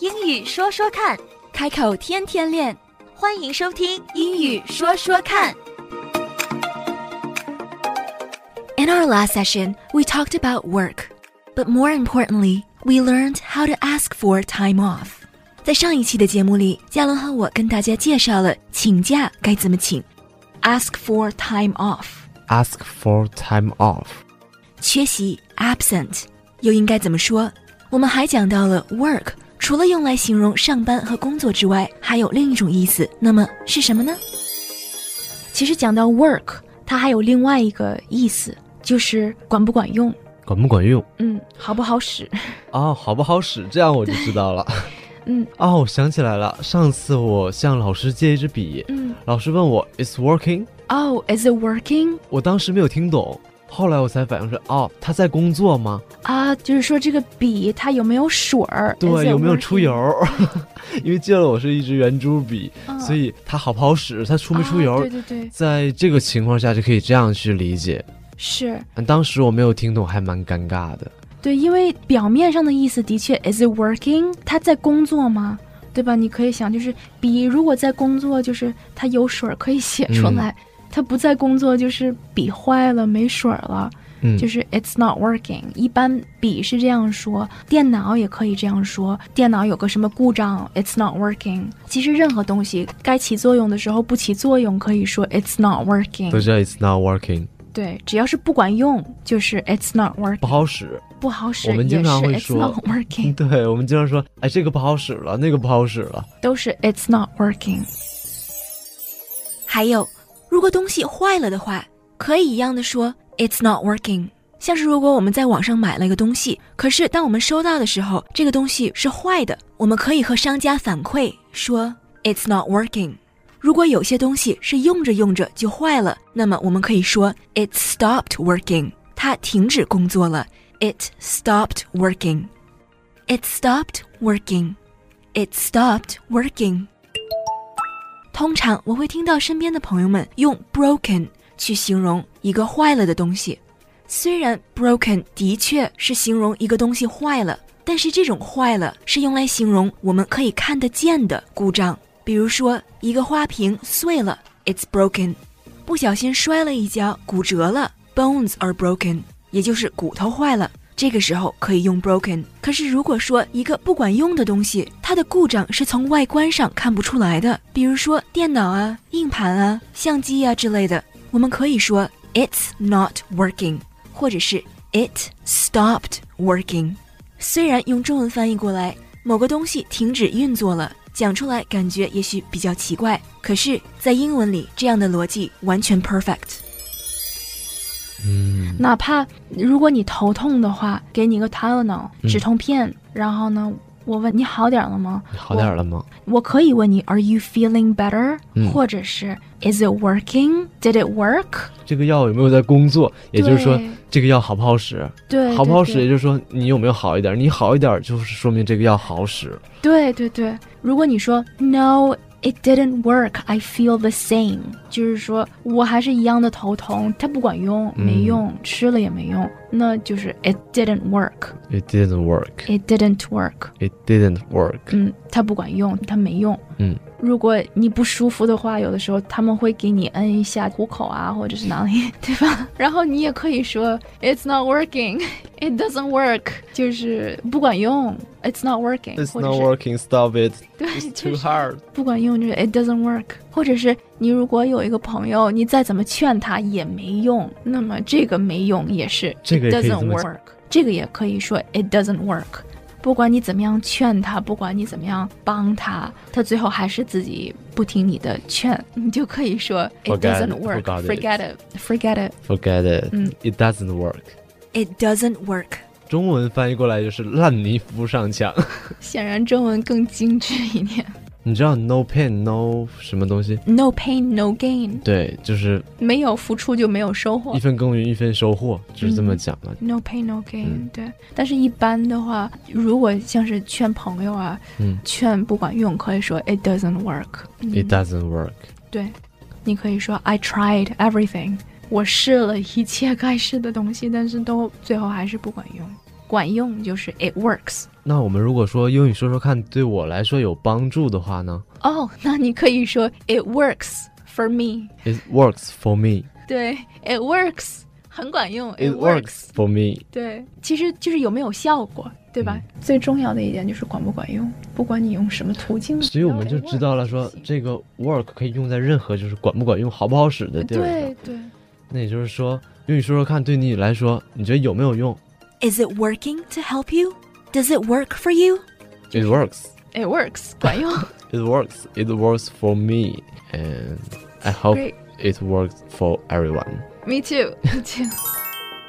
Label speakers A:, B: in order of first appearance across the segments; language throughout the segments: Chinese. A: 英语说说看，
B: 开口天天练，
A: 欢迎收听《
B: 英语说说看》。In our last session, we talked about work, but more importantly, we learned how to ask for time off. 在上一期的节目里，嘉伦和我跟大家介绍了请假该怎么请，ask for time off，
C: Ask for time off.
B: 缺席 absent 又应该怎么说？我们还讲到了 work，除了用来形容上班和工作之外，还有另一种意思，那么是什么呢？
D: 其实讲到 work，它还有另外一个意思，就是管不管用，
C: 管不管用
D: 嗯，好不好使，
C: 啊？好不好使？这样我就知 道了。
D: 嗯
C: 哦，我想起来了，上次我向老师借一支笔，
D: 嗯。
C: 老师问我 "Is working"，
D: 哦、i s it working？
C: 我当时没有听懂，后来我才反应是哦，他在工作吗？
D: 啊，就是说这个笔它有没有水儿？Is
C: 对，
D: it
C: 有没有出
D: working？
C: 油？ 因为借了我是一支圆珠笔，
D: 嗯
C: 所以它好不好使，它出没出油
D: 啊对，对对，
C: 在这个情况下就可以这样去理解。
D: 是
C: 嗯当时我没有听懂，还蛮尴尬的。
D: 对，因为表面上的意思的确，is it working？它在工作吗？对吧？你可以想，就是笔如果在工作，就是它有水儿可以写出
C: 嗯
D: 来；它不在工作，就是笔坏了，没水儿了。
C: 嗯，
D: 就是 it's not working。一般笔是这样说，电脑也可以这样说。电脑有个什么故障，it's not working。其实任何东西该起作用的时候不起作用，可以说 it's not
C: 都
D: working。
C: 知道 it's not working，
D: 对，只要是不管用，就是 it's not
C: 不
D: working，
C: 好使。
D: 不好使
C: 我们经常会
D: 也是 it's
C: 说
D: not working，
C: 对，我们经常说，哎，这个不好使了，那个不好使了。
D: 都是 it's not working。
B: 还有，如果东西坏了的话，可以一样的说 "It's not working"。像是如果我们在网上买了一个东西，可是当我们收到的时候，这个东西是坏的，我们可以和商家反馈说 "It's not working"。如果有些东西是用着用着就坏了，那么我们可以说 "It stopped working"，它停止工作了。"It stopped working"。"It stopped working"。"It stopped working"。通常我会听到身边的朋友们用 broken 去形容一个坏了的东西。虽然 broken 的确是形容一个东西坏了，但是这种坏了是用来形容我们可以看得见的故障，比如说一个花瓶碎了，it's broken；不小心摔了一跤，骨折了，bones are broken，也就是骨头坏了。这个时候可以用 broken。可是如果说一个不管用的东西，它的故障是从外观上看不出来的，比如说电脑啊、硬盘啊、相机啊之类的，我们可以说 it's not working，或者是 it stopped working。虽然用中文翻译过来，某个东西停止运作了，讲出来感觉也许比较奇怪，可是，在英文里这样的逻辑完全 perfect。
C: 嗯，
D: 哪怕如果你头痛的话，给你一个 Tylenol
C: 嗯
D: 止痛片，然后呢，我问你好点儿了吗？
C: 你好点儿了吗？
D: 我可以问你 Are you feeling better？、
C: 嗯
D: 或者是 Is it working? Did it work？
C: 这个药有没有在工作？也就是说
D: 对，
C: 这个药好不好使？
D: 对，
C: 好不好
D: 对
C: 使，也？就是说你有没有好一点儿？你好一点，就是说明这个药好使。
D: 对对对，如果你说 No。It didn't work. I feel the same，就是说我还是一样的头疼，它不管用，
C: 嗯
D: 没用，吃了也没用，那就是 It didn't work.
C: It didn't work.
D: It didn't work.
C: It didn't work.
D: 嗯，它不管用，它没用。
C: 嗯，
D: 如果你不舒服的话，有的时候他们会给你摁一下虎口啊，或者是哪里，对吧？ 然后你也可以说 "It's not working, it doesn't work"，就是不管用，It's not working，
C: It's
D: 或者
C: not
D: 是
C: working. Stop it.
D: 对，
C: It's
D: 就
C: too
D: 是
C: hard.
D: 不管用，就是 It doesn't work。或者是你如果有一个朋友，你再怎么劝他也没用，那么这个没用也是
C: 这个
D: It
C: 也可以这
D: doesn't
C: 么
D: work，这个也可以说 It doesn't work。不管你怎么样劝他，不管你怎么样帮他，他最后还是自己不听你的劝，你就可以说 It
C: Forget it,
D: doesn't work,
C: forgot it.
D: forget it, forget it。
C: Forget it.
D: 嗯
C: It doesn't work.
B: It doesn't work.
C: 中文翻译过来就是烂泥扶不上 墙。
D: 显然中文更精致一点
C: 你知道 no pain no 什么东西？
D: ，No pain, no gain，
C: 对，就是
D: 没有付出就没有收获
C: 一。分耕耘一分收获，就是这么讲嘛。
D: No pain no gain，、
C: 嗯
D: 对。但是，一般的话，如果像是劝朋友啊，
C: 嗯
D: 劝不管用，可以说 it doesn't work、
C: It doesn't work.
D: 对，你可以说 I tried everything，我试了一切该试的东西，但是都最后还是不管用。管用就是 it works。
C: 那我们如果说英语说说看对我来说有帮助的话呢
D: 哦，那你可以说 it works for me。
C: ？It works for me.
D: 对，it works 很管用。
C: It works for me.
D: 对，嗯其实就是有没有效果，对吧？最重要的一点就是管不管用，不管你用什么途径，
C: 所以我们就知道了，说这个 work 可以用在任何就是管不管用、好不好使的地儿上
D: 对。对，
C: 那也就是说，英语说说看对你来说，你觉得有没有用
B: Is it working to help you? Does it work for you?
C: ？It works.
D: 哎 it works 管 用。
C: It works. It works for me, and I hope
D: Great.
C: it works for everyone.
D: Me too, me too.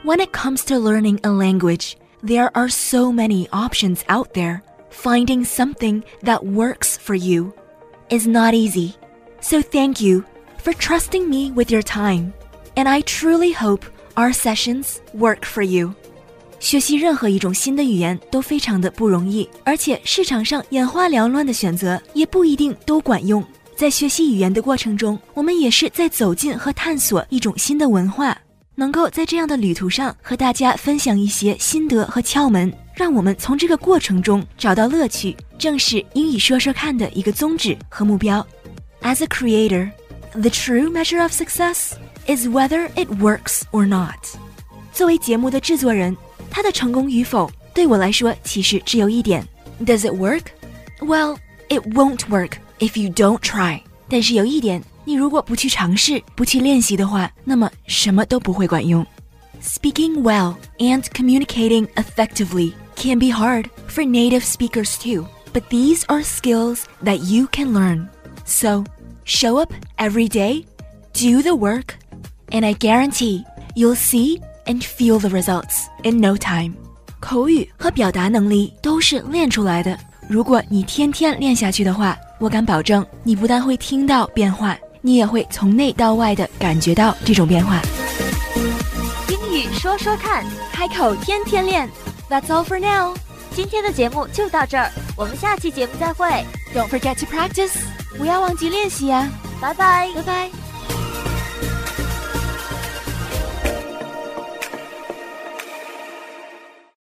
B: When it comes to learning a language, there are so many options out there. Finding something that works for you is not easy. So thank you for trusting me with your time. And I truly hope our sessions work for you. 学习任何一种新的语言都非常的不容易，而且市场上眼花缭乱的选择也不一定都管用。在学习语言的过程中，我们也是在走进和探索一种新的文化。能够在这样的旅途上和大家分享一些心得和窍门，让我们从这个过程中找到乐趣，正是英语说说看的一个宗旨和目标。As a creator, the true measure of success is whether it works or not. 作为节目的制作人，他的成功与否对我来说其实只有一点：Does it work? Well, it won't work if you don't try. 但是有一点，你如果不去尝试、不去练习的话，那么什么都不会管用。Speaking well and communicating effectively can be hard for native speakers too, but these are skills that you can learn. So, show up every day, do the work, and I guarantee you'll see and feel the results in no time. 口语和表达能力都是练出来的。如果你天天练下去的话，我敢保证，你不但会听到变化，你也会从内到外的感觉到这种变化。
A: 英语说说看。
B: 开口天天练，That's all for now.
A: 今天的节目就到这儿，我们下期节目再会，
B: Don't forget to practice. 不要忘记练习呀、
A: 拜拜。
B: 拜拜。